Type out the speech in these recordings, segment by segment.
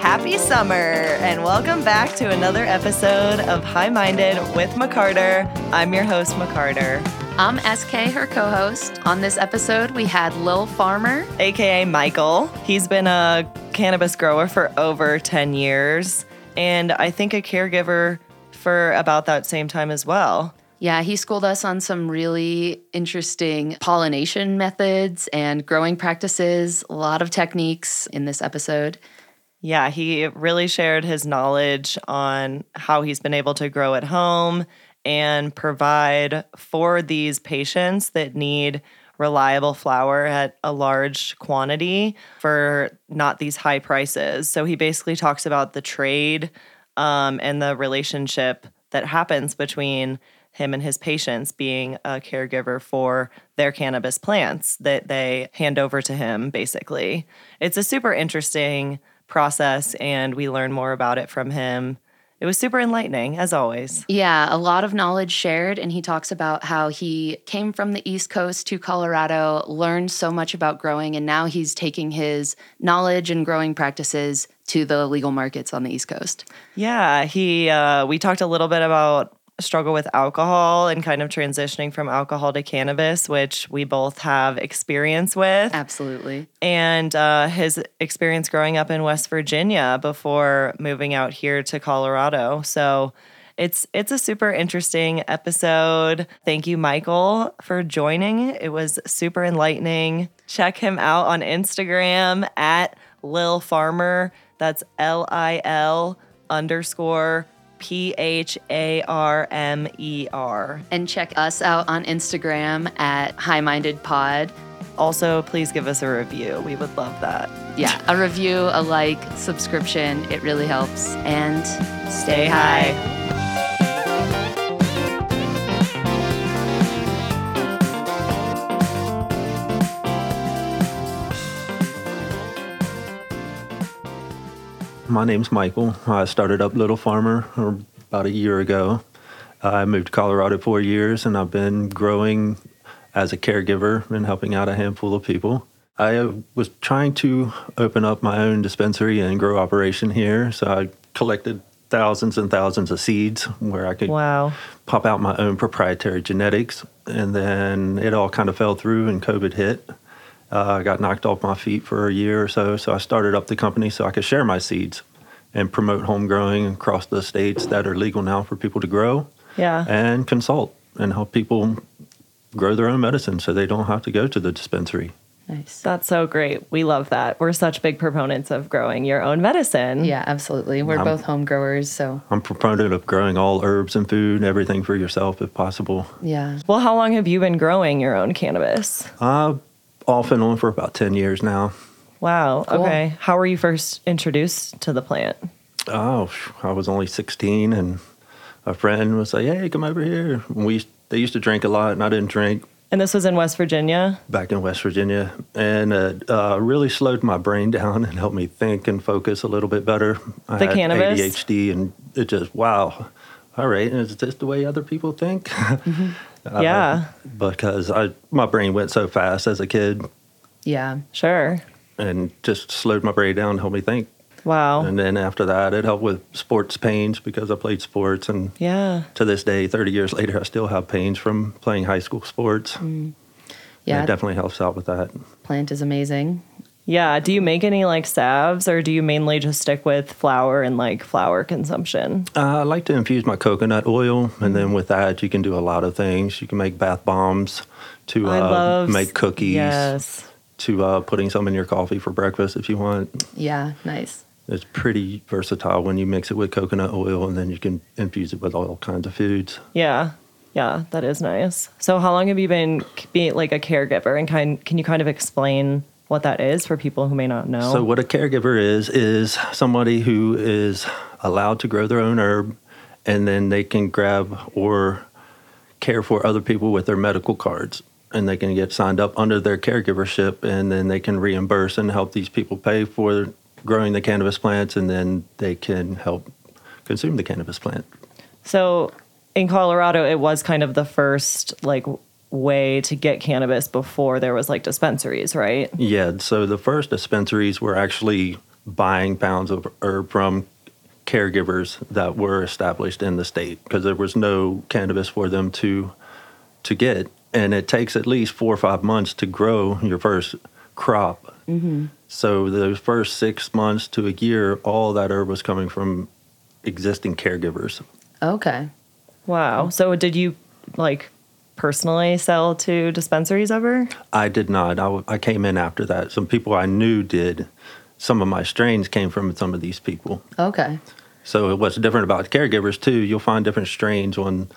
Happy summer, and welcome back to another episode of High Minded with McCarter. I'm your host, McCarter, I'm SK, her co host. On this episode, we had Lil Farmer. aka Michael. He's been a cannabis grower for over 10 years, and I think a caregiver for about that same time as well. Yeah, he schooled us on some really interesting pollination methods and growing practices, a lot of techniques in this episode. Yeah, he really shared his knowledge on how he's been able to grow at home and provide for these patients that need reliable flour at a large quantity for not these high prices. So he basically talks about the trade um, and the relationship that happens between him and his patients being a caregiver for their cannabis plants that they hand over to him, basically. It's a super interesting process, and we learn more about it from him. It was super enlightening, as always. Yeah, a lot of knowledge shared. And he talks about how he came from the East Coast to Colorado, learned so much about growing, and now he's taking his knowledge and growing practices to the legal markets on the East Coast. Yeah, he. Uh, we talked a little bit about struggle with alcohol and kind of transitioning from alcohol to cannabis, which we both have experience with. Absolutely. and uh, his experience growing up in West Virginia before moving out here to Colorado. So it's it's a super interesting episode. Thank you, Michael, for joining. It was super enlightening. Check him out on Instagram at Lil Farmer. That's L I L underscore P H A R M E R. and check us out on Instagram at High Minded Pod. Also, please give us a review. We would love that. Yeah, a review, a like, subscription, it really helps. And stay Stay high. high. My name's Michael. I started up Little Farmer about a year ago. I moved to Colorado four years and I've been growing as a caregiver and helping out a handful of people. I uh, was trying to open up my own dispensary and grow operation here, so I collected thousands and thousands of seeds where I could Wow. pop out my own proprietary genetics. And then it all kind of fell through and COVID hit. Uh, I got knocked off my feet for a year or so. So I started up the company so I could share my seeds and promote home growing across the states that are legal now for people to grow Yeah. and consult and help people grow their own medicine so they don't have to go to the dispensary. Nice. That's so great. We love that. We're such big proponents of growing your own medicine. Yeah, absolutely. We're Um, both home growers, so I'm proponent of growing all herbs and food, everything for yourself if possible. yeah. Well, how long have you been growing your own cannabis? Uh, off and on for about 10 years now. Wow. Cool. Okay. How were you first introduced to the plant? Oh, I was only 16, and a friend was like, "Hey, come over here." And we they used to drink a lot, and I didn't drink And this was in West Virginia. back in West Virginia, and it uh, really slowed my brain down and helped me think and focus a little bit better. I The cannabis? ADHD, and it just wow. All right, is this the way other people think? Uh, yeah. because I my brain went so fast as a kid, Yeah. Sure. and just slowed my brain down, and helped me think. Wow. And then after that, it helped with sports pains because I played sports and yeah. to this day, 30 years later, I still have pains from playing high school Mm. sports. Yeah. It definitely helps out with that. Plant is amazing. Yeah. Do you make any like salves or do you mainly just stick with flour and like flour consumption? Uh, I like to infuse my coconut oil, and then with that, you can do a lot of things. You can make bath bombs, to I uh, love make cookies, Yes. to uh, putting some in your coffee for breakfast if you want. Yeah, nice. It's pretty versatile when you mix it with coconut oil, and then you can infuse it with all kinds of foods. Yeah. Yeah, that is nice. So, how long have you been c- being like a caregiver, and kind? Can you kind of explain what that is for people who may not know? So, what a caregiver is, is somebody who is allowed to grow their own herb and then they can grab or care for other people with their medical cards. And they can get signed up under their caregivership and then they can reimburse and help these people pay for growing the cannabis plants and then they can help consume the cannabis plant. So in Colorado, it was kind of the first like w- way to get cannabis before there was like dispensaries, right? Yeah, so the first dispensaries were actually buying pounds of herb from caregivers that were established in the state because there was no cannabis for them to to get and it takes at least four or five months to grow your first crop so those first six months to a year all that herb was coming from existing caregivers Okay. Wow. So did you like personally sell to dispensaries ever? i did not I, w- I came in after that some people i knew did some of my strains came from some of these people Okay. So what's different about caregivers too, you'll find different strains on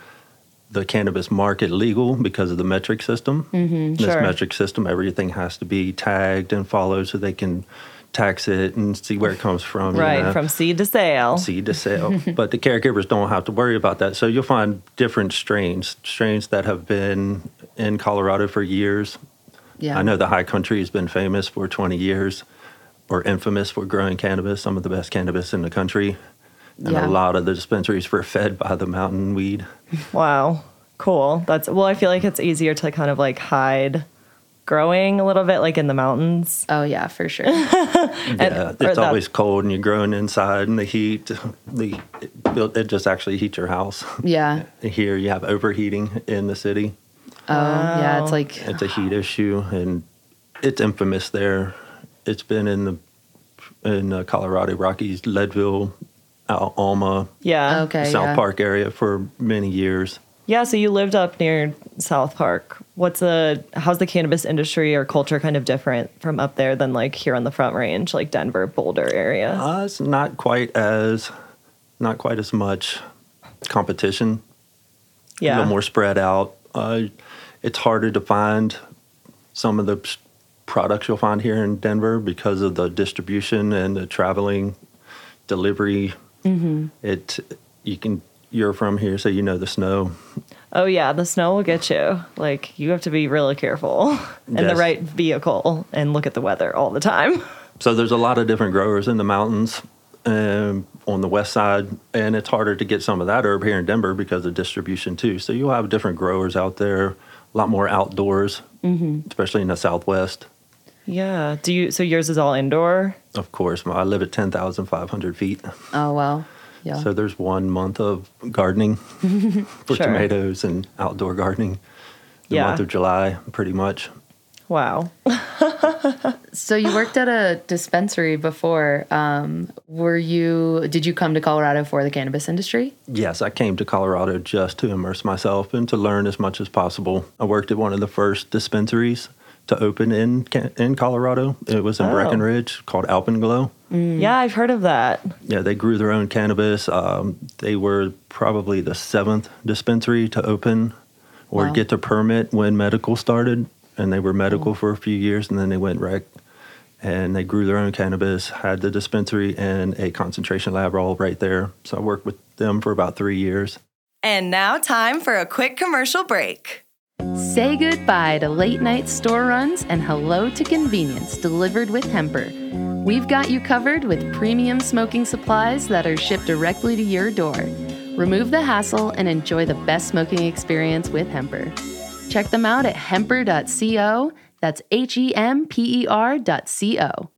the cannabis market legal because of the metric system. Mm-hmm, this sure. metric system, everything has to be tagged and followed so they can tax it and see where it comes from. you Right, know, from seed to sale. seed to sale. but the caregivers don't have to worry about that. So you'll find different strains, strains that have been in Colorado for years. Yeah. I know the high country has been famous for 20 years or infamous for growing cannabis, some of the best cannabis in the country. And Yeah. a lot of the dispensaries were fed by the mountain weed. Wow. Cool. That's well, I feel like it's easier to kind of like hide growing a little bit like in the mountains. Oh yeah, for sure. Yeah, or it's the- always cold and you're growing inside and the heat, the, it, it just actually heats your house. Yeah. Here you have overheating in the city. Oh yeah, Wow. it's like It's a heat issue and it's infamous there. It's been in the in the Colorado Rockies, Leadville, Al- Alma, Yeah. okay. South yeah. Park area for many years. Yeah, so you lived up near South Park. What's the how's the cannabis industry or culture kind of different from up there than like here on the front range, like Denver, Boulder area? Uh, it's not quite as not quite as much competition. a yeah. little more spread out. Uh, it's harder to find some of the s- products you'll find here in Denver because of the distribution and the traveling delivery. It you can you're from here, so you know the snow. oh yeah, the snow will get you. Like you have to be really careful in the Yes. right vehicle and look at the weather all the time. So there's a lot of different growers in the mountains um, on the west side, and it's harder to get some of that herb here in Denver because of distribution too. So you'll have different growers out there, a lot more outdoors, Mm-hmm. especially in the southwest. Yeah. Do you so yours is all indoor? Of course, I live at 10,500 feet, Oh well. Yeah. so there's one month of gardening for Sure. tomatoes and outdoor gardening. The Yeah. month of July, pretty much. Wow. So you worked at a dispensary before. Um, were you? Did you come to Colorado for the cannabis industry? Yes, I came to Colorado just to immerse myself and to learn as much as possible. I worked at one of the first dispensaries to open in Ca- in Colorado. It was in Oh. Breckenridge called Alpenglow. Yeah, I've heard of that. Yeah, they grew their own cannabis. Um, they were probably the seventh dispensary to open or Wow. get their permit when medical started, and they were medical for a few years, and then they went rec. And they grew their own cannabis, had the dispensary and a concentration lab all right there. So I worked with them for about three years. And now, time for a quick commercial break. Say goodbye to late night store runs and hello to convenience delivered with Hemper. We've got you covered with premium smoking supplies that are shipped directly to your door. Remove the hassle and enjoy the best smoking experience with Hemper. Check them out at hemper.co. That's H E M P E R dot C O.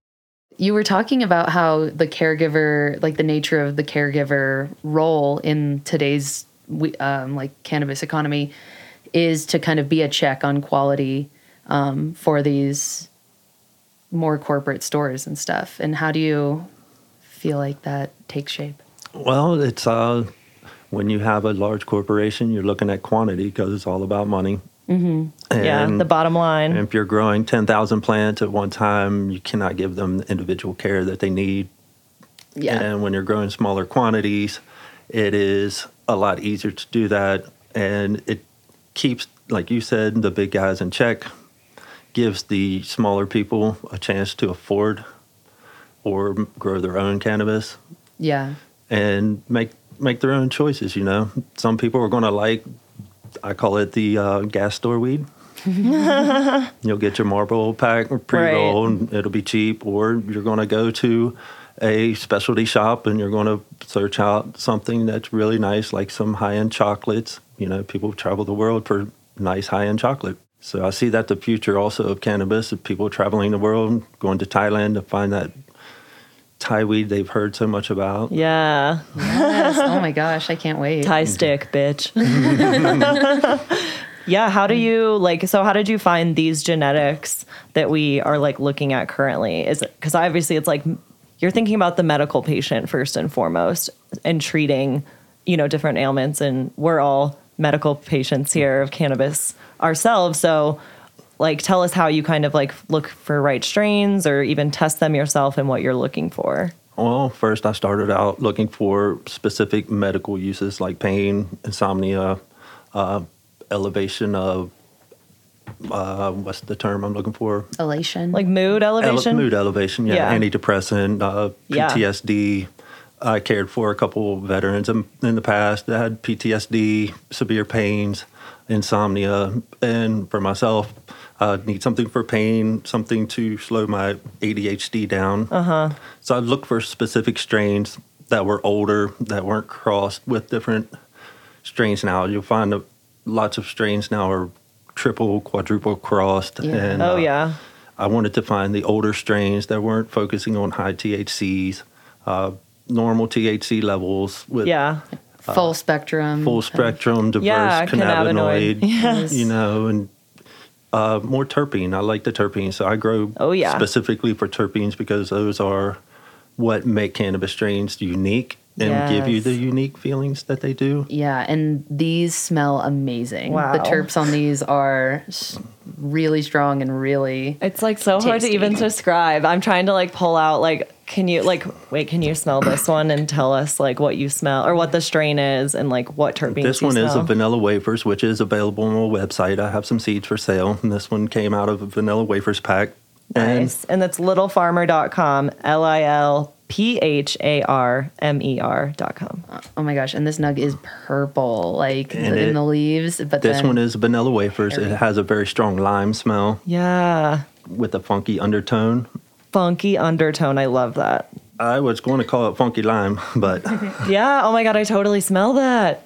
You were talking about how the caregiver, like the nature of the caregiver role in today's we- um, like cannabis economy, is to kind of be a check on quality um, for these more corporate stores and stuff. And how do you feel like that takes shape? Well, it's uh, when you have a large corporation, you're looking at quantity because it's all about money. Mm-hmm. yeah, the bottom line. And if you're growing 10,000 plants at one time, you cannot give them the individual care that they need. And when you're growing smaller quantities, it is a lot easier to do that. And it keeps, like you said, the big guys in check, gives the smaller people a chance to afford or grow their own cannabis Yeah. and make make their own choices. You know, some people are going to like. I call it the uh, gas store weed. You'll get your Marlboro pack pre roll, and it'll be cheap. Or you're going to go to a specialty shop and you're going to search out something that's really nice, like some high end chocolates. You know, people travel the world for nice high end chocolate. So I see that the future also of cannabis, of people traveling the world, going to Thailand to find that Thai weed they've heard so much about. Yeah. Yes. oh my gosh, I can't wait. Tie Mm-hmm. stick, bitch. yeah, how do you like so how did you find these genetics that we are like looking at currently? Is it cuz obviously it's like you're thinking about the medical patient first and foremost and treating, you know, different ailments and we're all medical patients here of cannabis ourselves. So like tell us how you kind of like look for right strains or even test them yourself and what you're looking for. Well, first I started out looking for specific medical uses like pain, insomnia, uh, elevation of uh, what's the term I'm looking for? Elation. Like mood Ele- elevation. mood elevation, yeah, Yeah. antidepressant, uh, Yeah. PTSD. I cared for a couple veterans in, in the past that had PTSD, severe pains, insomnia, and for myself, I need something for pain, something to slow my ADHD down. Uh-huh. So I look for specific strains that were older, that weren't crossed with different strains. Now you'll find that lots of strains now are triple, quadruple crossed. Yeah. And, oh uh, yeah. I wanted to find the older strains that weren't focusing on high THCs, uh, normal THC levels with Yeah. full spectrum. full spectrum, diverse Yeah, cannabinoid. cannabinoid, Yes. you know, and uh, more terpene. I like the terpenes. So I grow Oh, yeah. specifically for terpenes because those are what make cannabis strains unique and give you Yes. the unique feelings that they do. Yeah, and these smell amazing. Wow. The terps on these are s- really strong and really. It's like so hard to Tasty. even describe. I'm trying to like pull out like can you like wait, can you smell this one and tell us like what you smell or what the strain is and like what terpenes This you one is smell? a vanilla wafers, which is available on my website. I have some seeds for sale, and this one came out of a vanilla wafers pack. And Nice. And that's littlefarmer.com, L I L P H A R M E R.com. Oh my gosh, and this nug is purple, like And in it- the leaves. But This then, one is vanilla wafers. It has a very strong lime smell Yeah. with a funky undertone. Funky undertone. I love that. I was going to call it funky lime, but Yeah. Oh my God. I totally smell that.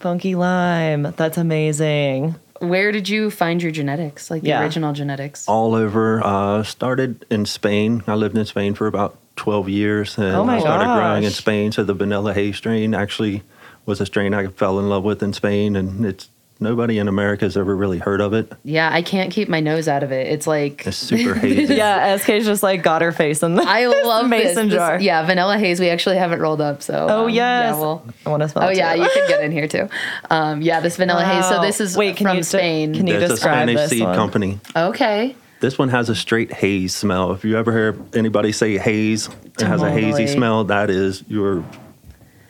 Funky lime. That's amazing. Where did you find your genetics? Like the Yeah. original genetics? all over. Uh, started in Spain. I lived in Spain for about 12 years and Oh my I started growing in gosh. Spain. So the vanilla hay strain actually was a strain I fell in love with in Spain. And it's nobody in America has ever really heard of it. Yeah, I can't keep my nose out of it. It's like It's super hazy. Yeah. SK's just like got her face in the I love this. mason This- jar. yeah, vanilla haze. We actually have it rolled up. So Oh um, yes. yeah, we'll- I want to smell. oh it, yeah, too. you can get in here too. Um, yeah, this vanilla haze. So Wow. this is Wait, can from you de- Spain. can you- There's a describe Spanish this seed one? company. okay. This one has a straight haze smell. If you ever hear anybody say haze, it has a hazy Totally. smell. That is your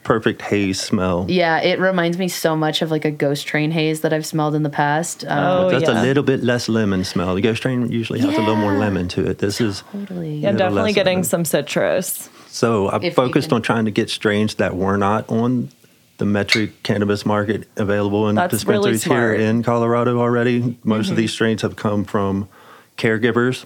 perfect haze smell. Yeah, it reminds me so much of like a ghost train haze that I've smelled in the past. Um, Oh, Just yeah. a little bit less lemon smell. The ghost train usually has a little more Yeah. lemon to it. This is totally. Yeah, Yeah, the definitely less getting of it. some citrus. so I If you focused can- on trying to get strains that were not on the metric cannabis market available in That's really dispensaries here smart. in Colorado already. Most of these strains have come from caregivers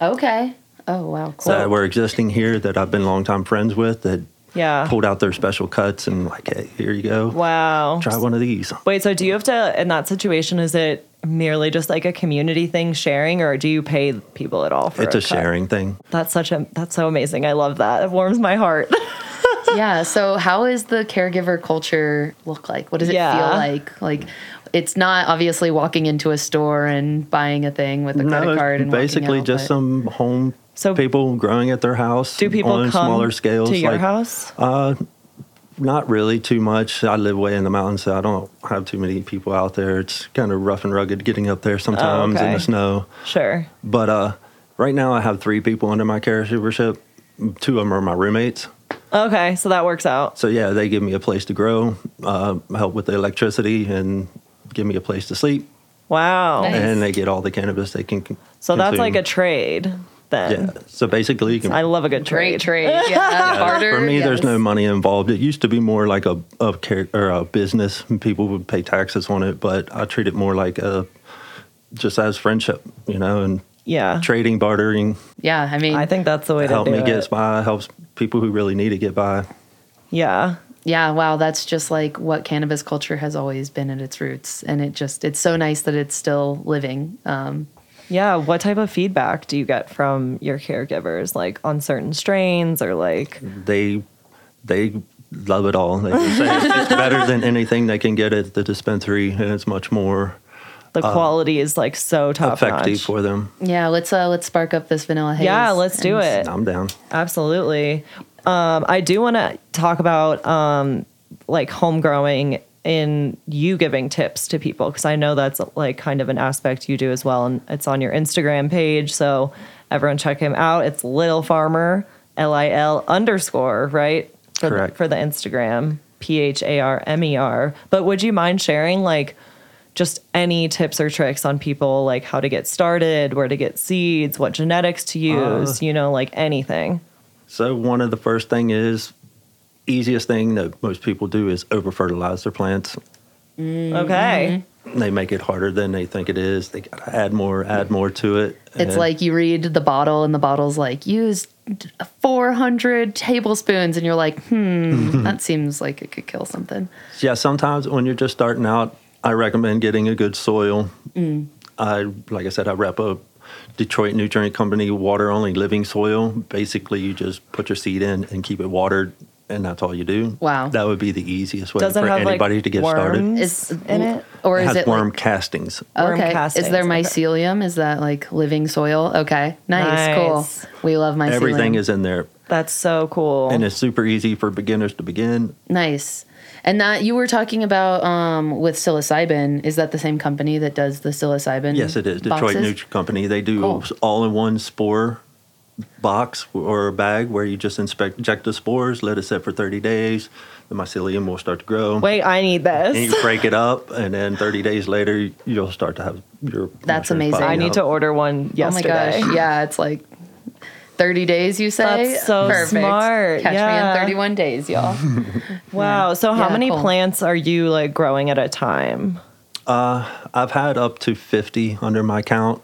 Okay. Oh wow, cool. that were existing here that I've been longtime friends with that Yeah. pulled out their special cuts and like, hey, here you go. Wow. Try one of these. Wait, so do you have to in that situation is it merely just like a community thing sharing or do you pay people at all for It's a a cut? sharing thing. That's such a that's so amazing. I love that. It warms my heart. yeah. So how is the caregiver culture look like? What does it Yeah. feel like? Like it's not obviously walking into a store and buying a thing with a No, credit it's card and walking basically out, just but- some home So- people growing at their house. Do people on come smaller scales to your like, uh, house? Not really too much. I live way in the mountains, so I don't have too many people out there. It's kind of rough and rugged getting up there sometimes in Oh, okay. the snow. sure. But uh, right now, I have three people under my caregivership. Two of them are my roommates. Okay, so that works out. So yeah, they give me a place to grow, uh, help with the electricity, and give me a place to sleep. Wow. Nice. And they get all the cannabis they can. con- So that's consume. like a trade yeah. then. So basically, you can I love a good Great trade. trade. Yeah. Barter, For me, there's yes. no money involved. It used to be more like a, a, car- or a business, and people would pay taxes on it, but I treat it more like a, just as friendship, you know, and Yeah. trading, bartering, Yeah, I mean, I think that's the way to help do me it. get by, helps people who really need to get by. yeah. yeah, wow, that's just like what cannabis culture has always been at its roots, and it just it's so nice that it's still living. Um, Yeah. What type of feedback do you get from your caregivers, like on certain strains or like, They they love it all. They just say it's it's better than anything they can get at the dispensary, and it's much more the quality is like so top Um, effective notch? for them. Yeah, let's uh, let's spark up this vanilla haze. Yeah, let's do and- it. I'm down. Absolutely. Um, I do want to talk about um, like home growing and you giving tips to people because I know that's like kind of an aspect you do as well, and it's on your Instagram page. So everyone check him out. It's Little Farmer L I L underscore right for Correct. The, for the Instagram P H A R M E R. But would you mind sharing like? just any tips or tricks on people like how to get started, where to get seeds, what genetics to use, you know, like anything. So one of the first thing is easiest thing that most people do is over fertilize their plants. Okay. They make it harder than they think it is. They gotta add more, add more to it. It's and- like you read the bottle, and the bottle's like use 400 tablespoons, and you're like, Mm-hmm. hmm, that seems like it could kill something. yeah. Sometimes when you're just starting out, I recommend getting a good soil. Mm. I like I said, I rep a Detroit nutrient company water only living soil. Basically, you just put your seed in and keep it watered, and that's all you do. Wow. that would be the easiest way Does it for have anybody like to get worms started. Is in it? or it is has it worm like, Oh, castings. Worm okay? castings, Is there okay. mycelium? Is that like living soil? Okay, nice, Nice. cool. We love mycelium. Everything is in there. That's so cool. Oh. and it's super easy for beginners to begin. nice. And that you were talking about um, with psilocybin. Is that the same company that does the psilocybin? Yes, it is Detroit boxes? Nutrient Company. They do Cool. all-in-one spore box or bag where you just inspect, inject the spores, let it sit for 30 days. The mycelium will start to grow. Wait, I need And you this. break it up, and then 30 days later, you'll start to have your. That's mushrooms amazing. popping I need up. to order one yesterday. Oh my gosh. Yeah, it's like 30 days, you say? That's so smart. Catch me Yeah. in 31 days, y'all. Wow. So how Yeah, many cool. plants are you like growing at a time? I've had up to 50 under my count.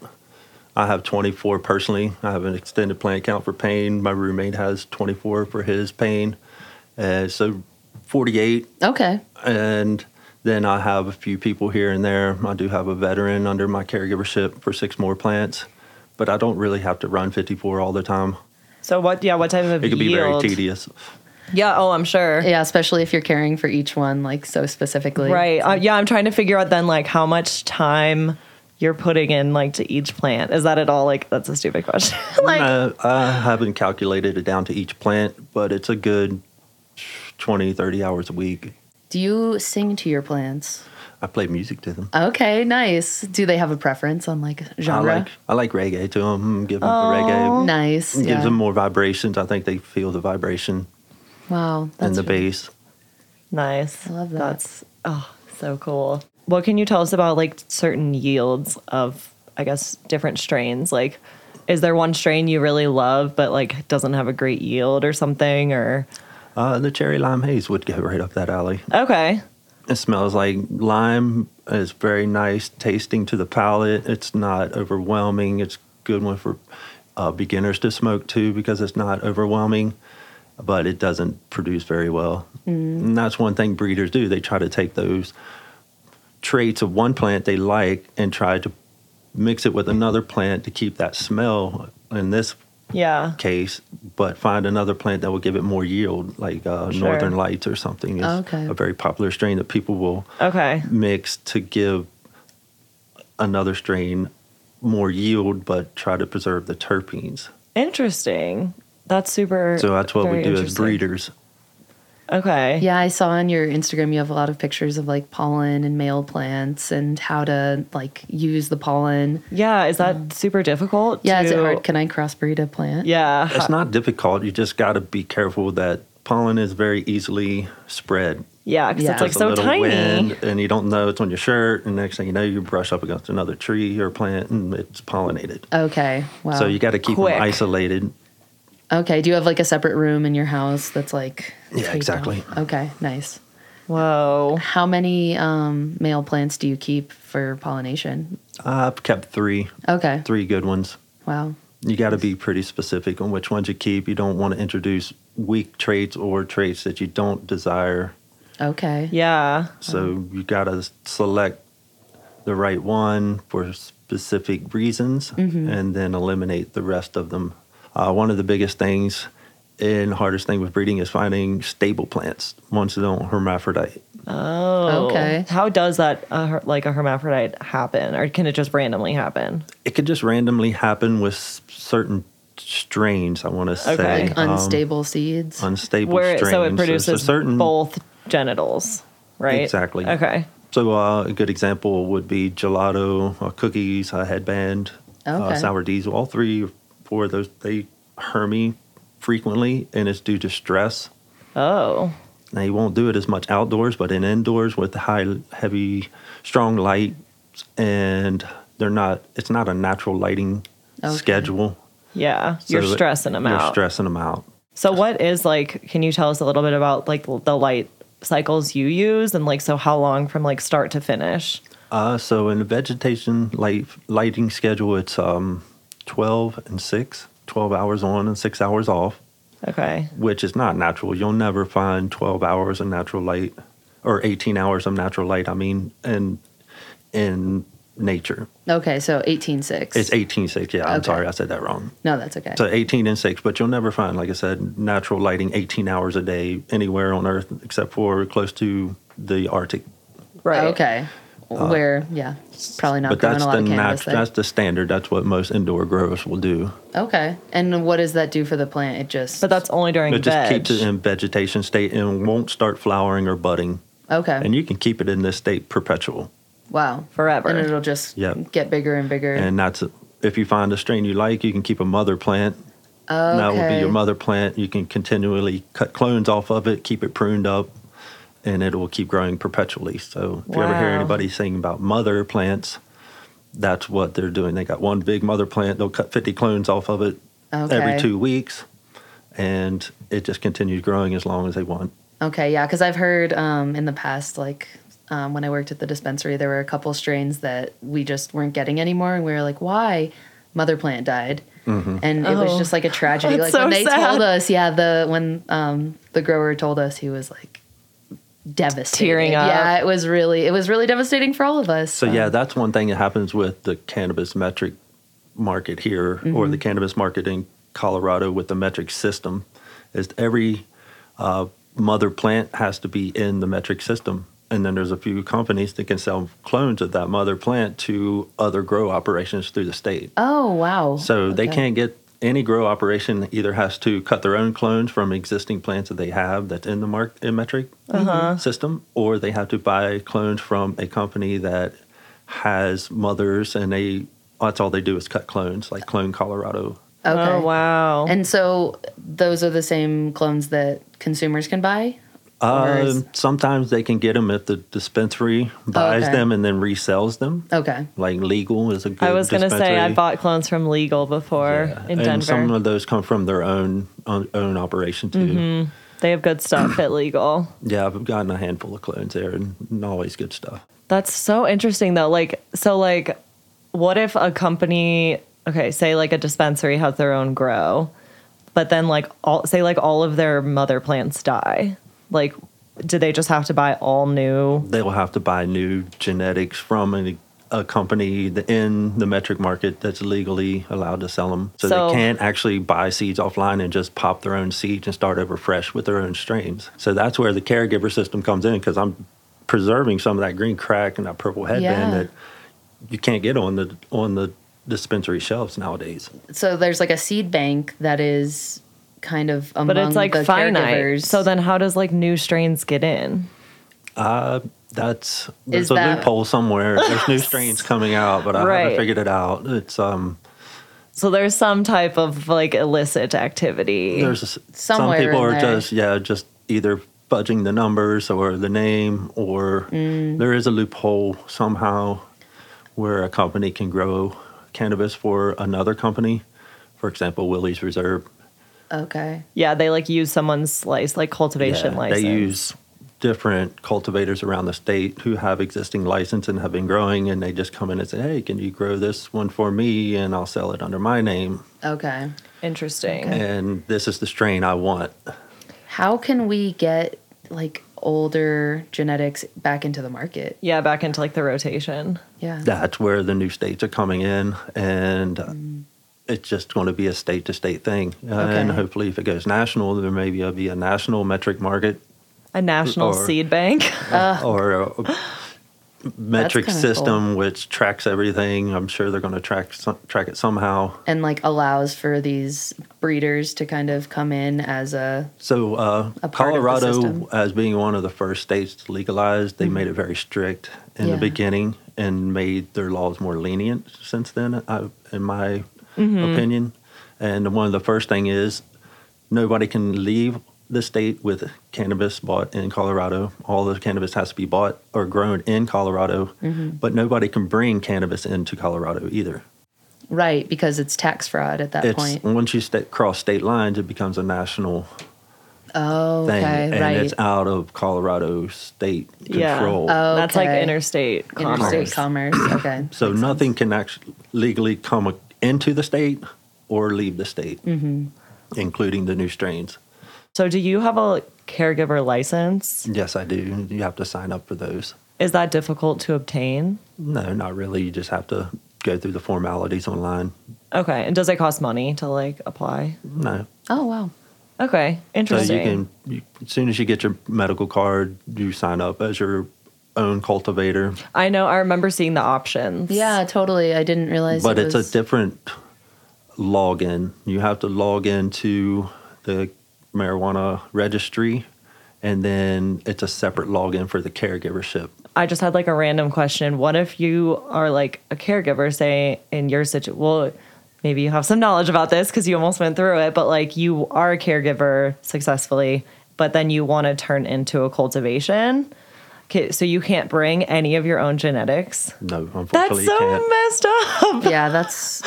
I have 24 personally. I have an extended plant count for pain. My roommate has 24 for his pain. Uh, so 48 okay. and then I have a few people here and there. I do have a veteran under my caregivership for six more plants, but I don't really have to run 54 all the time. So what? Yeah. What type of It could be very yield? tedious. Yeah. Oh, I'm sure. Yeah, especially if you're caring for each one, like so specifically. Right. Uh, yeah. I'm trying to figure out then like how much time you're putting in like to each plant. Is that at all like that's a stupid question? like Uh, I haven't calculated it down to each plant, but it's a good 20, 30 hours a week. Do you sing to your plants? I play music to them. Okay, nice. Do they have a preference on like genre? Oh, I like I like reggae to them. Give them the reggae. nice. Gives Yeah. them more vibrations. I think they feel the vibration wow. and That's the really- bass. nice. I love that. That's oh so cool. What can you tell us about like certain yields of I guess different strains? Like is there one strain you really love but like doesn't have a great yield or something or Uh, the cherry lime haze would go right up that alley. Okay. It smells like lime. It's very nice tasting to the palate. It's not overwhelming. It's a good one for uh, beginners to smoke too because it's not overwhelming, but it doesn't produce very well. And that's one thing breeders do. They try to take those traits of one plant they like and try to mix it with another plant to keep that smell in this Yeah. case, but find another plant that will give it more yield, like uh, Sure. Oh, Northern Lights or something. Is Okay. a very popular strain that people will Okay. mix to give another strain more yield, but try to preserve the terpenes. Interesting. That's super So that's what very we do as interesting. breeders. Okay. Yeah, I saw on your Instagram you have a lot of pictures of like pollen and male plants and how to like use the pollen. Yeah, is that super difficult? Mm. Yeah, to, is it hard? Can I crossbreed a plant? Yeah. It's not difficult. You just got to be careful that pollen is very easily spread. Yeah, because Yeah. it's like There's so tiny. and you don't know it's on your shirt. And next thing you know, you brush up against another tree or plant, and it's pollinated. Okay. Wow. So you got to keep Quick. them isolated. Okay. Do you have like a separate room in your house that's like? Yeah, taped exactly. off? Okay. Nice. Whoa. How many um, male plants do you keep for pollination? I've kept three, Okay. three good ones. Wow. You got to be pretty specific on which ones you keep. You don't want to introduce weak traits or traits that you don't desire. Okay. Yeah. So you got to select the right one for specific reasons and then eliminate the rest of them. Uh, one of the biggest things and hardest thing with breeding is finding stable plants, ones that don't hermaphrodite. Oh, Okay. How does that uh, her- like a hermaphrodite happen, or can it just randomly happen? It could just randomly happen with s- certain strains, I want to say. Okay. Like Um, unstable seeds. unstable Where strains. so it There's a produces certain, both genitals, right? Exactly. Okay. So uh, a good example would be gelato, uh, cookies, a headband, uh, Okay. sour diesel. All three, or four of those, they hermy frequently, and it's due to stress. Oh, Now you won't do it as much outdoors, but in indoors with high, heavy, strong light, and they're not. It's not a natural lighting Okay. schedule. yeah. you're So stressing them out. You're stressing them out. so what is like? Can you tell us a little bit about like the light cycles you use, and like so how long from like start to finish? Uh, so in the vegetation light, lighting schedule, it's um, 12 and 6, 12 hours on and 6 hours off, Okay. which is not natural. You'll never find 12 hours of natural light or 18 hours of natural light, I mean, in, in nature. okay, so 18.6. It's 18 6. Yeah, I'm Okay. sorry, I said that wrong. No, that's okay. So 18 and 6, but you'll never find, like I said, natural lighting 18 hours a day anywhere on Earth except for close to the Arctic. Right. Okay. Where, yeah, probably not Uh, but growing that's a lot the of cannabis nat- there. that's the standard. That's what most indoor growers will do. Okay. And what does that do for the plant? It just. But that's only during It just veg. keeps it in vegetation state and won't start flowering or budding. Okay. And you can keep it in this state perpetual. wow. Forever. And it'll just Yep. get bigger and bigger. And that's if you find a strain you like, you can keep a mother plant. okay. That will be your mother plant. You can continually cut clones off of it, keep it pruned up, and it will keep growing perpetually. So if you ever hear Wow. anybody saying about mother plants, that's what they're doing. They got one big mother plant. They'll cut 50 clones off of it Okay. every two weeks, and it just continues growing as long as they want. Okay, yeah, because I've heard um, in the past, like um, when I worked at the dispensary, there were a couple strains that we just weren't getting anymore, and we were like, "Why?" Mother plant died, Mm-hmm. and it was Oh. just like a tragedy. That's like so when they sad. told us, yeah, the when um, the grower told us, he was like devastated. Tearing up. Yeah, it was really it was really devastating for all of us. So yeah, that's one thing that happens with the cannabis metric market here, or the cannabis market in Colorado with the metric system, is every uh, mother plant has to be in the metric system, and then there's a few companies that can sell clones of that mother plant to other grow operations through the state. Oh wow. So they Okay. can't get any grow operation either has to cut their own clones from existing plants that they have that's in the mark in metric Uh-huh. system, or they have to buy clones from a company that has mothers and they that's all they do is cut clones like Clone Colorado. Okay. Oh wow. And so those are the same clones that consumers can buy. Or is- Um, sometimes they can get them if the dispensary buys Okay. them and then resells them. Okay. Like legal is a good. I was gonna say I dispensary. bought clones from Legal before Yeah. in and Denver. Mm-hmm. some of those come from their own own, own operation too. they have good stuff at Legal. Yeah, I've gotten a handful of clones there and and always good stuff. That's so interesting though. Like so like what if a company okay, say like a dispensary has their own grow, but then like all say like all of their mother plants die. Like do they just have to buy all new? They will have to buy new genetics from a, a company th- in the metric market that's legally allowed to sell them. So, So- they can't actually buy seeds offline and just pop their own seeds and start over fresh with their own strains. So that's where the caregiver system comes in because I'm preserving some of that green crack and that purple headband Yeah. that you can't get on the on the dispensary shelves nowadays. so there's like a seed bank that is kind of among But it's like the finite. caregivers. So then how does like new strains get in? That's there's Is a that- loophole somewhere. There's new strains coming out, but I Right. haven't figured it out. It's um So there's some type of like illicit activity. there's s- some Somewhere in people are there. just yeah just either fudging the numbers or the name or Mm. there is a loophole somehow where a company can grow cannabis for another company. For example, Willie's Reserve. okay. yeah, they like use someone's slice, like cultivation Yeah, license. They use different cultivators around the state who have existing license and have been growing, and they just come in and say, "Hey, can you grow this one for me, and I'll sell it under my name, Okay. Interesting. and this is the strain I want." How can we get like older genetics back into the market? Yeah, back into like the rotation. Yeah. that's where the new states are coming in and uh it's just going to be a state to state thing Uh, and Mm. Okay. hopefully if it goes national there maybe will be a national metric market A national Or- seed bank. or a metric kinda system which tracks everything i'm sure they're going to track some, track it somehow And like allows for these breeders to kind of come in as a So uh, A part of the Colorado, system. Mm-hmm. as being one of the first states to legalize, they made it very strict in Yeah. the beginning and made their laws more lenient since then, I, in my Mm-hmm. opinion. And one of the first thing is nobody can leave the state with cannabis bought in Colorado. All the cannabis has to be bought or grown in Colorado, Mm-hmm. but nobody can bring cannabis into Colorado either. right because it's tax fraud at that It's point. once you sta cross state lines, it becomes a national Oh, thing, okay, and right. it's out of Colorado state Yeah. control. Oh, That's like Okay. interstate commerce. Interstate commerce. Okay. so Makes nothing sense. can actually legally come into the state or leave the state, Mm-hmm. including the new strains. So, do you have a caregiver license? Yes, I do. You have to sign up for those. Is that difficult to obtain? No, not really. You just have to go through the formalities online. Okay. And does it cost money to like apply? No. Oh wow. Okay. So Interesting. you can, you, as soon as you get your medical card, you sign up as your own cultivator. I know. I remember seeing the options. Yeah, totally. I didn't realize. but it it's was- a different login. You have to log into the marijuana registry, and then it's a separate login for the caregivership. I just had like a random question. What if you are like a caregiver, say in your situation? Well, maybe you have some knowledge about this because you almost went through it, but like you are a caregiver successfully, but then you want to turn into a cultivation. Okay, so you can't bring any of your own genetics. No, That's unfortunately, so you can't. messed up. Yeah, that's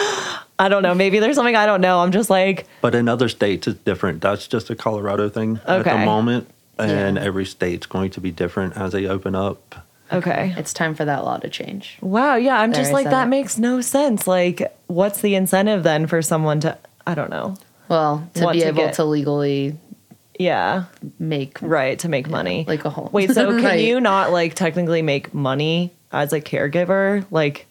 I don't know. Maybe there's something I don't know. I'm just like, But in other states, it's different. That's just a Colorado thing at Okay. the moment, and Yeah. every state's going to be different as they open up. okay. it's time for that law to change. Wow. Yeah. I'm There, just I like, said that it. makes no sense. Like, what's the incentive then for someone to, I don't know. Well, to Want be to able get- to legally Yeah. make Right. To make money. like a whole. Wait, so can Right. you not like technically make money as a caregiver? Like,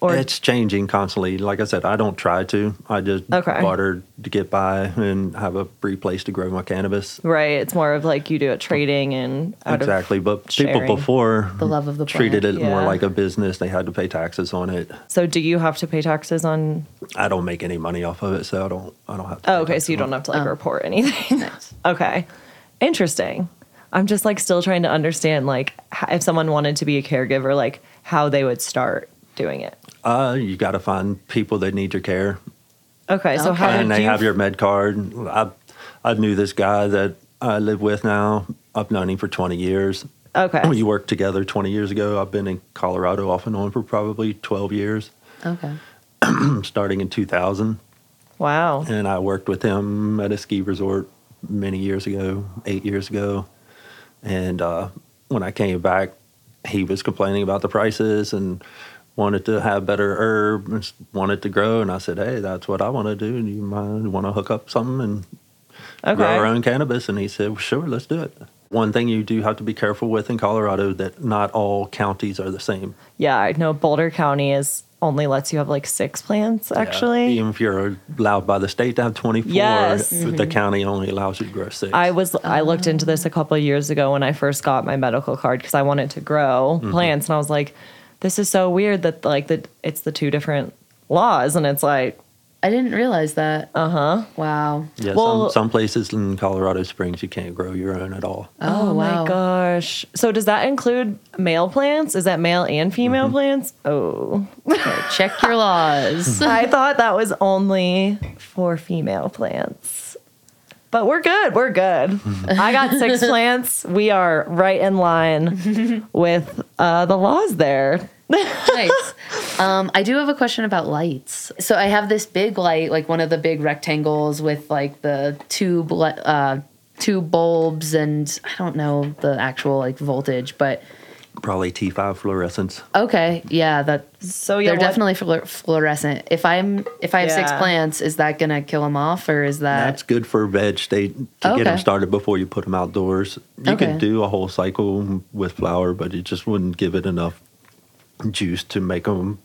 or it's changing constantly. Like I said, I don't try to. I just Okay. barter to get by and have a free place to grow my cannabis. right? It's more of like you do it trading and out of- exactly but sharing. people before The love of the treated it plant. more Yeah. like a business they had to pay taxes on it so do you have to pay taxes on? i don't make any money off of it so i don't i don't have to Oh, pay okay. taxes So you on don't it. have to like report anything. Nice. okay, interesting. I'm just like still trying to understand like h- if someone wanted to be a caregiver, like how they would start doing it. uh you got to find people that need your care Okay, so how Okay. did and they you? have your med card i i knew this guy that i live with now i've known him for 20 years okay, we worked together 20 years ago i've been in colorado off and on for probably 12 years Okay. starting in 2000 wow. and I worked with him at a ski resort many years ago, eight years ago. And uh, when I came back, he was complaining about the prices and wanted to have better herb and s- wanted to grow. And I said, "Hey, that's what I want to do. Do you mind? Want to hook up something and grow our Okay, own cannabis?" And he said, well, "Sure, let's do it." One thing you do have to be careful with in Colorado that not all counties are the same. yeah, I know Boulder County is only lets you have like six plants Yeah. actually. even if you're allowed by the state to have 24, Yes. Mm-hmm. the county only allows you to grow six. I was I looked into this a couple of years ago when I first got my medical card because I wanted to grow plants and I was like, this is so weird that like that it's the two different laws and it's like I didn't realize that. Uh Uh-huh. huh. Wow. Yeah, Well- some, some places in Colorado Springs you can't grow your own at all. Oh, wow. my gosh. So does that include male plants? Is that male and female plants? Oh, Check your laws. I thought that was only for female plants. But we're good. We're good. I got six plants. We are right in line with uh, the laws there. nice. Um, I do have a question about lights. So I have this big light, like one of the big rectangles with like the two bl- uh, two bulbs, and I don't know the actual like voltage, but Probably T5 fluorescence. okay, yeah, that So Oh, yeah, they're what- definitely fluor- fluorescent. If I'm if I have six Yeah. plants, is that gonna kill them off, or is that Uh, That's good for veg state to get Okay. them started before you put them outdoors. You Okay. could do a whole cycle with flower, but it just wouldn't give it enough juice to make them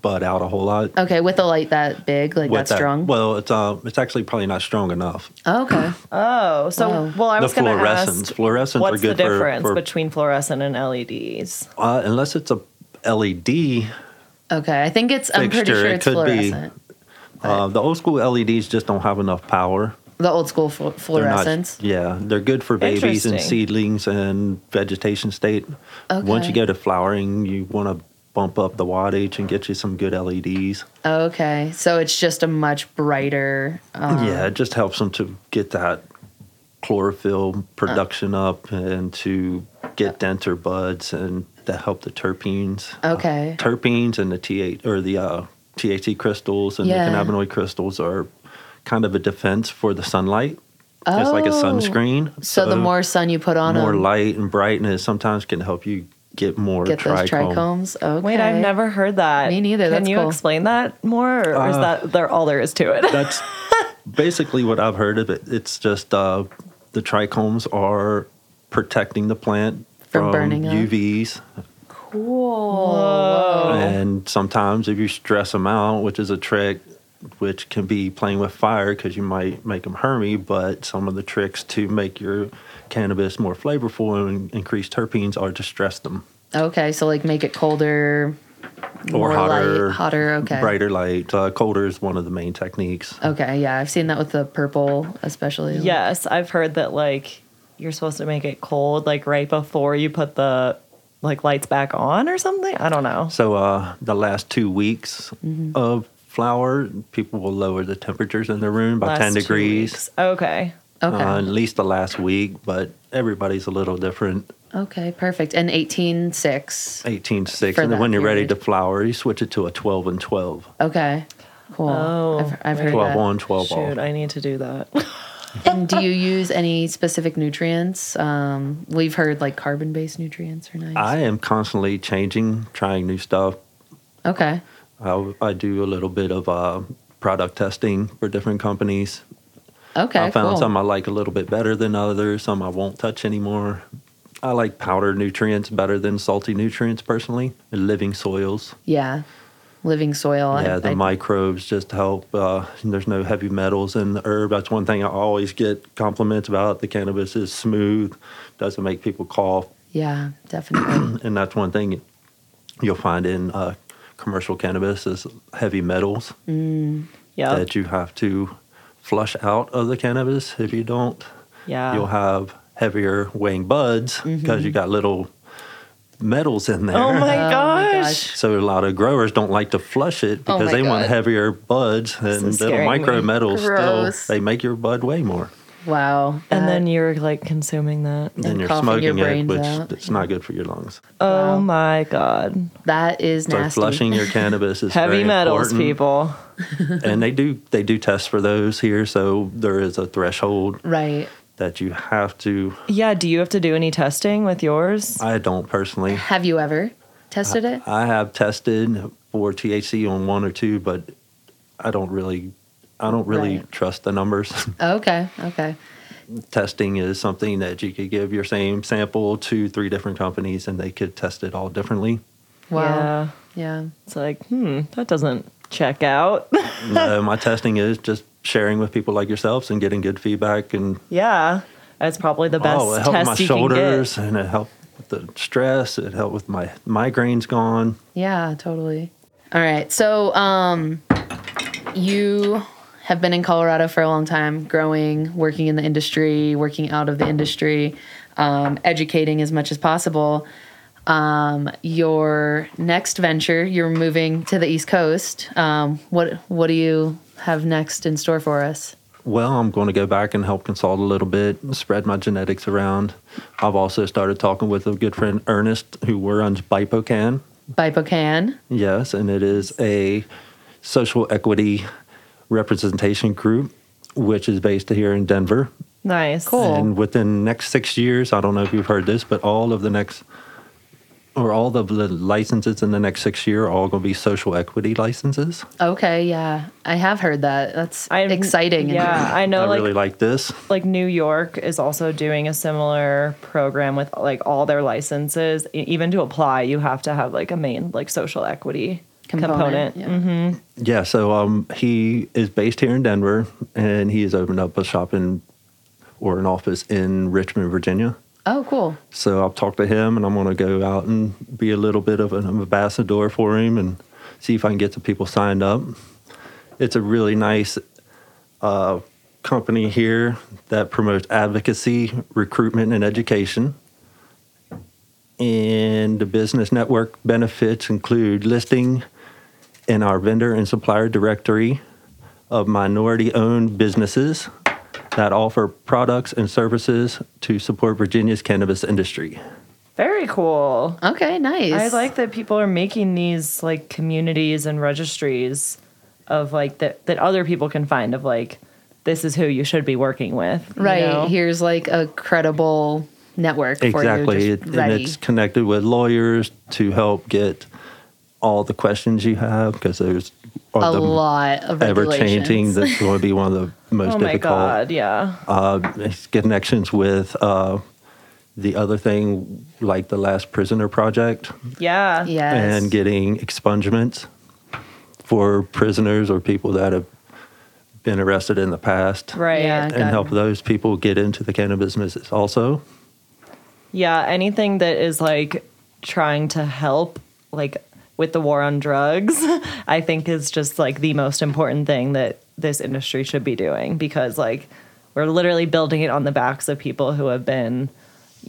bud out a whole lot. Okay, with a light that big, like with that that- strong. Well, it's uh, it's actually probably not strong enough. Oh, okay. Oh, so Wow. well, I was the going to fluorescents, ask, fluorescents are what's the good for- difference for, between fluorescent and E LEDs? uh, unless it's a E LED. Okay, I think it's. I'm pretty Fixture, sure it it's could be. fluorescent. Uh, the old school LEDs just don't have enough power. The old school flu- They're not- fluorescence. yeah, they're good for babies and Interesting. seedlings and vegetation state. Once Okay. you go to flowering, you want to bump up the wattage and get you some good E LEDs. Okay, so it's just a much brighter. Um, yeah, it just helps them to get that chlorophyll production Uh. up and to get denser buds and to help the terpenes. Okay. terpenes and the TH or the uh, THC crystals and Yeah. the cannabinoid crystals are kind of a defense for the sunlight. Just like a Oh. sunscreen. So, the more sun you put on more 'em, light and brightness sometimes can help you get more get those trichome. trichomes. Okay. Wait, I've never heard that. Me neither. Can That's you cool. explain that more, or is Uh, that there all there is to it? That's basically what I've heard of it. It's just uh, the trichomes are protecting the plant From burning up. UVs. Oh. Whoa. And sometimes if you stress them out, which is a trick, which can be playing with fire because you might make them hermy, but some of the tricks to make your cannabis more flavorful and increase terpenes are to stress them Okay, so like make it colder, or more hotter, light, hotter. Okay. brighter light. Uh, colder is one of the main techniques. Okay, yeah, I've seen that with the purple, especially. Yes, I've heard that like you're supposed to make it cold like right before you put the like lights back on or something. I don't know. So uh, the last two weeks of flower, people will lower the temperatures in their room by Last 10 two degrees. weeks. Okay. Okay. Uh, at least the last week, but everybody's a little different. okay. Perfect. And eighteen six. 18 6 For and then that when you're ready period. to flower you switch it to a 12 and 12 Okay. Cool. Oh, I've, I've heard 12 that. on 12 Shoot, off I need to do that. And do you use any specific nutrients? Um, we've heard like carbon based nutrients are nice. I am constantly changing trying new stuff okay. I, I do a little bit of uh, product testing for different companies Okay. I found cool. some I like a little bit better than others some I won't touch anymore I like powder nutrients better than salty nutrients personally living soils Yeah. Living soil. I- yeah the I- microbes just help uh, there's no heavy metals in the herb that's one thing I always get compliments about the cannabis is smooth doesn't make people cough Yeah, definitely. and that's one thing you'll find in uh, commercial cannabis is heavy metals yeah. that you have to flush out of the cannabis. If you don't, Yeah. you'll have heavier weighing buds because you got little metals in there. Oh my, Mm-hmm. my gosh. gosh. so a lot of growers don't like to flush it Oh because my they want God. heavier buds and is little scaring me. micro metals Gross. still they make your bud weigh more. wow. And that- then you're like consuming that. Then And you're coughing your smoking it, brains which out. it's not good for your lungs. Oh my god. that is So nasty. flushing your cannabis is Heavy very metals, important. people. and they do they do test for those here so there is a threshold Right. that you have to Yeah, do you have to do any testing with yours? i don't personally Have you ever tested it? i have tested for thc on one or two but i don't really i don't really Right. trust the numbers Okay. Okay. testing is something that you could give your same sample to three different companies and they could test it all differently Wow. Yeah. Yeah. It's like, hmm, that doesn't check out. no Uh, my testing is just sharing with people like yourselves and getting good feedback and yeah. That's probably the best oh it helped test my you can get. shoulders and it helped with the stress it helped with my migraines gone Yeah, totally. All right. So, um you have been in Colorado for a long time, growing, working in the industry, working out of the industry, um, educating as much as possible. Um, your next venture, you're moving to the East Coast. Um, what what do you have next in store for us? Well, I'm going to go back and help consult a little bit, and spread my genetics around. I've also started talking with a good friend, Ernest, who runs BIPOCAN. Bipocan. Yes, and it is a social equity representation group, which is based here in Denver. Nice. Cool. And within the next six years, I don't know if you've heard this, but all of the next or all the the licenses in the next six year are all going to be social equity licenses. Okay, yeah, I have heard that. That's I'm- exciting. and Yeah, I know. I like, really like this. like New York is also doing a similar program with like all their licenses. E- Even to apply, you have to have like a main like social equity component. Mm-hmm. yeah. Yeah, so um, he is based here in Denver, and he has opened up a shop in or an office in Richmond, Virginia. Oh, cool. So I'll talk to him, and I'm going to go out and be a little bit of an ambassador for him, and see if I can get some people signed up. It's a really nice uh, company here that promotes advocacy, recruitment, and education. And the business network benefits include listing in our vendor and supplier directory of minority owned businesses that offer products and services to support Virginia's cannabis industry. Very cool. Okay, I nice. like that people are making these like communities and registries of like that that other people can find of like this is who you should be working with. you Right know? here's like a credible network for Exactly. you, It, just and ready. it's connected with lawyers to help get all the questions you have because there's are a the lot of ever changing. regulations. That's going to be one of the most Oh my difficult. god, yeah. Uh, connections with uh, the other thing, like the last prisoner project. Yeah. Yes. and getting expungements for prisoners or people that have been arrested in the past Right. Yeah. and help those people get into the cannabis business also Yeah, anything that is like trying to help, like with the war on drugs, I think is just like the most important thing that this industry should be doing because like we're literally building it on the backs of people who have been,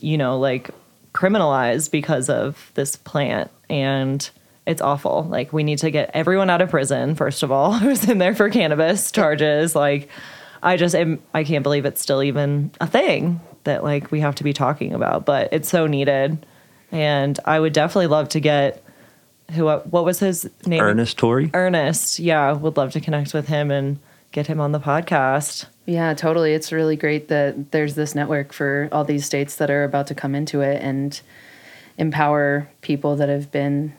you know, like criminalized because of this plant. And it's awful. Like, we need to get everyone out of prison, first of all, who's in there for cannabis charges. Like, I just am, I can't believe it's still even a thing that like we have to be talking about, but it's so needed. And I would definitely love to get who, uh, what was his name? ernest tory Ernest. Yeah. Would love to connect with him and get him on the podcast. Yeah, totally. It's really great that there's this network for all these states that are about to come into it and empower people that have been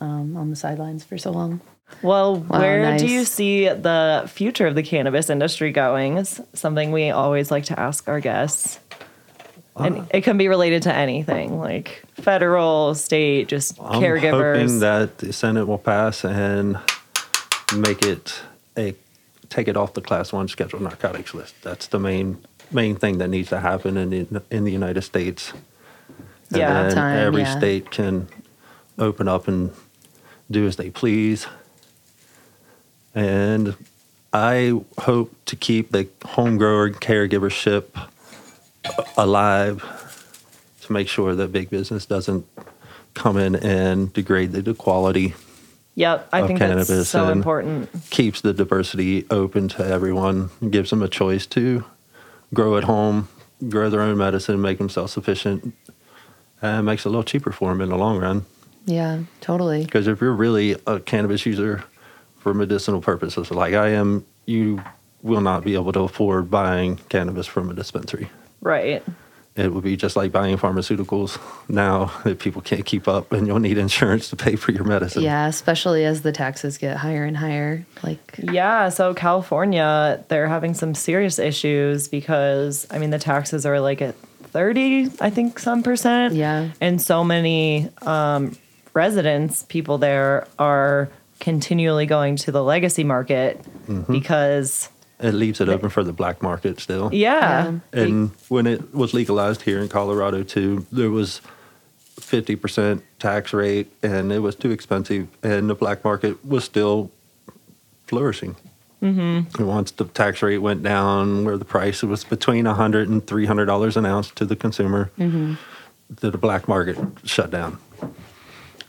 um, on the sidelines for so long. Well, where do nice. you see the future of the cannabis industry going? It's something we always like to ask our guests. And it can be related to anything like federal, state, just i'm hoping caregivers. that the senate will pass and make it a take it off the class one scheduled narcotics list that's the main main thing that needs to happen in the, in the united states and Yeah. then Time, every yeah. state can open up and do as they please. And I hope to keep the home grower caregivership alive to make sure that big business doesn't come in and degrade the quality, yep, I of think that's cannabis so and- important. keeps the diversity open to everyone, gives them a choice to grow at home, grow their own medicine, make themselves sufficient, and makes it a little cheaper for them in the long run. Yeah, totally. Because if you're really a cannabis user for medicinal purposes, like I am, you will not be able to afford buying cannabis from a dispensary. Right. It would be just like buying pharmaceuticals now that people can't keep up and you'll need insurance to pay for your medicine. Yeah, especially as the taxes get higher and higher. Like, Yeah, so California, they're having some serious issues because I mean the taxes are like at 30, I think some percent. Yeah. And so many um residents, people there are continually going to the legacy market because It leaves it open for the black market still. yeah. And when it was legalized here in Colorado too, there was 50% tax rate and it was too expensive and the black market was still flourishing. Mm-hmm. And once the tax rate went down where the price was between 100 and 300 dollars an ounce to the consumer, the, the black market shut down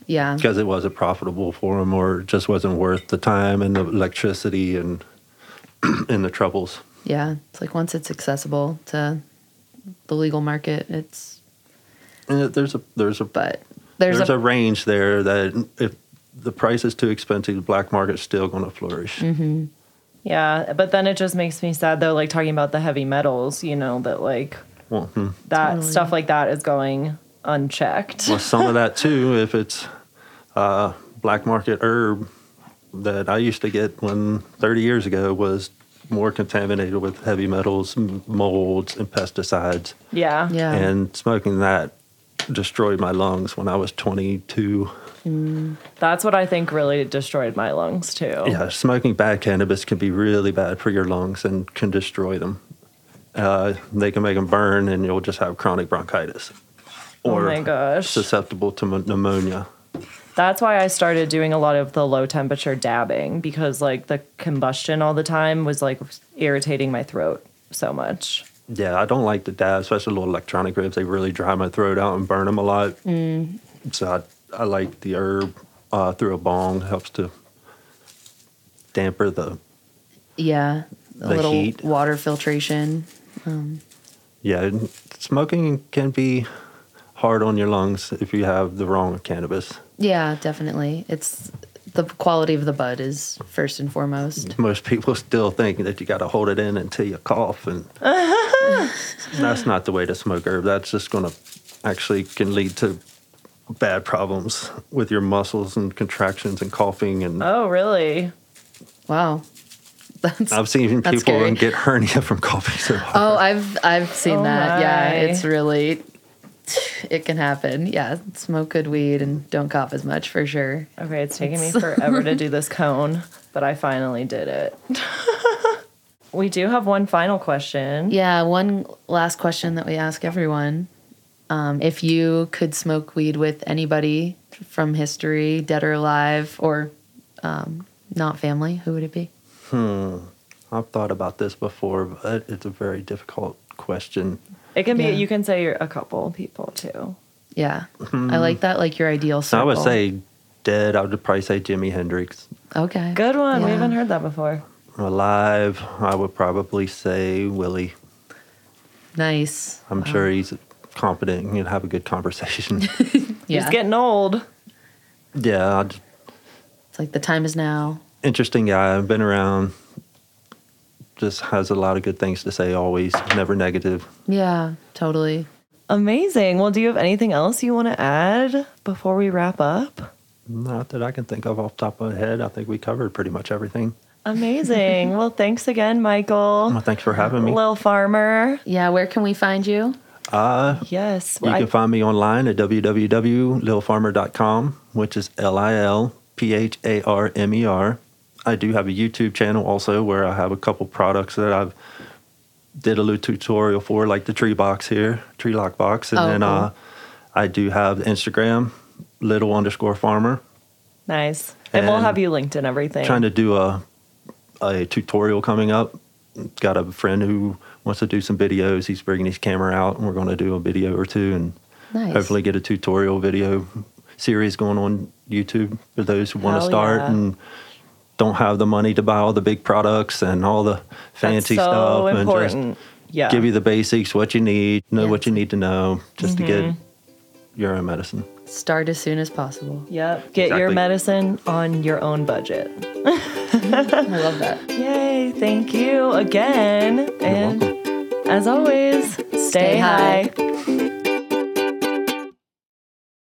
yeah. because it wasn't profitable for them or it just wasn't worth the time and the electricity and and the troubles. Yeah. It's like once it's accessible to the legal market, it's, And there's a there's a but there's, there's, a, a, range there that if the price is too expensive, the black market's still going to flourish. Mm-hmm. Yeah, but then it just makes me sad though like talking about the heavy metals, you know, that like Well, hmm. that Totally. stuff like that is going unchecked. Well, some of that too, if it's uh, black market herb that I used to get when 30 years ago was more contaminated with heavy metals, m- molds, and pesticides. Yeah. Yeah. And smoking that destroyed my lungs when I was 22. That's what I think really destroyed my lungs too. Yeah, smoking bad cannabis can be really bad for your lungs and can destroy them. Uh, they can make them burn, and you'll just have chronic bronchitis. Oh my gosh. susceptible to m- pneumonia. That's why I started doing a lot of the low temperature dabbing because like the combustion all the time was like irritating my throat so much. Yeah, I don't like the dab, especially little electronic ribs. They really dry my throat out and burn them a lot. Mm. So I, I like the herb uh, through a bong helps to damper the yeah. A The little heat. water filtration. yeah. and Smoking can be hard on your lungs if you have the wrong cannabis. Yeah, definitely. It's the quality of the bud is first and foremost. Most people still think that you got to hold it in until you cough, and that's not the way to smoke herb. That's just going to actually can lead to bad problems with your muscles and contractions and coughing and Oh, really? Wow. That's I've seen That's people scary. get hernia from coughing so hard. Oh, I've I've seen Oh that. Yeah, my. it's really it can happen. Yeah, smoke good weed and don't cough as much for sure. Okay, it's taking me forever to do this cone, but I finally did it. we do have one final question. Yeah, one last question that we ask everyone: um, If you could smoke weed with anybody from history, dead or alive, or um, not family, who would it be? I've thought about this before, but it's a very difficult question. It can be Yeah. you can say you're a couple people too. Yeah, I like that. Like your ideal So Hmm. I circle. would say dead. I would probably say Jimi Hendrix. okay, Good one. We Yeah. haven't heard that before. Alive, I would probably say Willie. nice. I'm sure he's competent and can have a good conversation. Yeah, He's getting old. yeah, I'd- it's like the time is now. interesting guy. I've been around. Just has a lot of good things to say. Always, never negative. Yeah, totally. Amazing. Well, do you have anything else you want to add before we wrap up? Not that I can think of off the top of my head. I think we covered pretty much everything. Amazing. well, thanks again, Michael. Well, thanks for having me. Lil Farmer. Yeah, where can we find you? Yes. You I- can find me online at www.lilfarmer.com, which is L I L P H A R M E R. I do have a YouTube channel also where I have a couple products that I've did a little tutorial for, like the tree box here, tree lock box, and Oh, then cool. uh, I do have Instagram, little underscore farmer. nice. And, we'll And- have you linked in everything. Trying to do a a tutorial coming up. Got a friend who wants to do some videos. He's bringing his camera out, and we're going to do a video or two and Nice. hopefully get a tutorial video series going on YouTube for those who want to Hell start yeah. and don't have the money to buy all the big products and all the fancy That's so stuff and important. just yeah. give you the basics, what you need, know Yeah. what you need to know just to get Mm-hmm. your own medicine. Start as soon as possible. Yep. Get your Exactly. medicine on your own budget. I love that. Yay. Thank you again. You're and welcome. as always, stay, high. high.